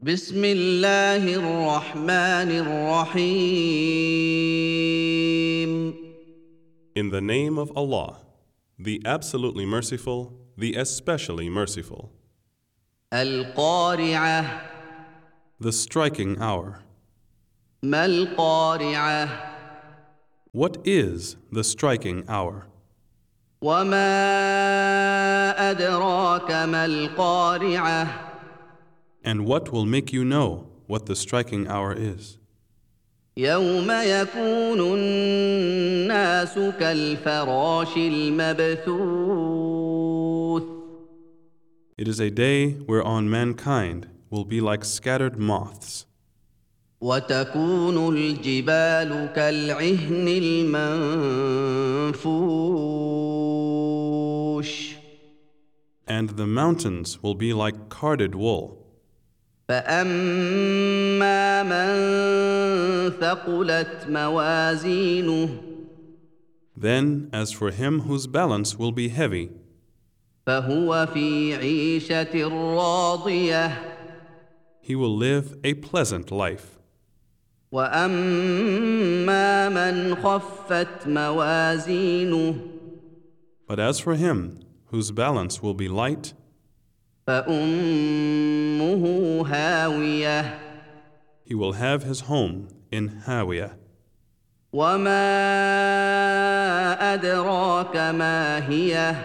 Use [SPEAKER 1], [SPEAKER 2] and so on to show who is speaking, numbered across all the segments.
[SPEAKER 1] بسم الله الرحمن الرحيم
[SPEAKER 2] In the name of Allah, the absolutely merciful, the especially merciful,
[SPEAKER 1] القارعة
[SPEAKER 2] the striking hour.
[SPEAKER 1] ما القارعة
[SPEAKER 2] What is the striking hour?
[SPEAKER 1] وما أدراك ما القارعة
[SPEAKER 2] And what will make you know what the striking hour is?
[SPEAKER 1] يوم يكون الناس كالفراش المبثوث
[SPEAKER 2] It is a day whereon mankind will be like scattered moths,
[SPEAKER 1] وتكون الجبال كالعهن المنفوش
[SPEAKER 2] and the mountains will be like carded wool.
[SPEAKER 1] فاما من ثقلت موازينه
[SPEAKER 2] Then, as for him whose balance will be heavy,
[SPEAKER 1] فهو في عيشه راضيه
[SPEAKER 2] he will live a pleasant life.
[SPEAKER 1] واما من خفت موازينه
[SPEAKER 2] But as for him whose balance will be light,
[SPEAKER 1] فامه هاويه
[SPEAKER 2] he will have his home in Hawiyah.
[SPEAKER 1] وما أدراك ما هي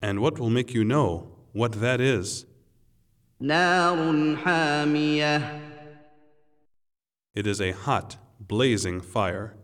[SPEAKER 2] And what will make you know what that is?
[SPEAKER 1] نار حامية
[SPEAKER 2] It is a hot, blazing fire.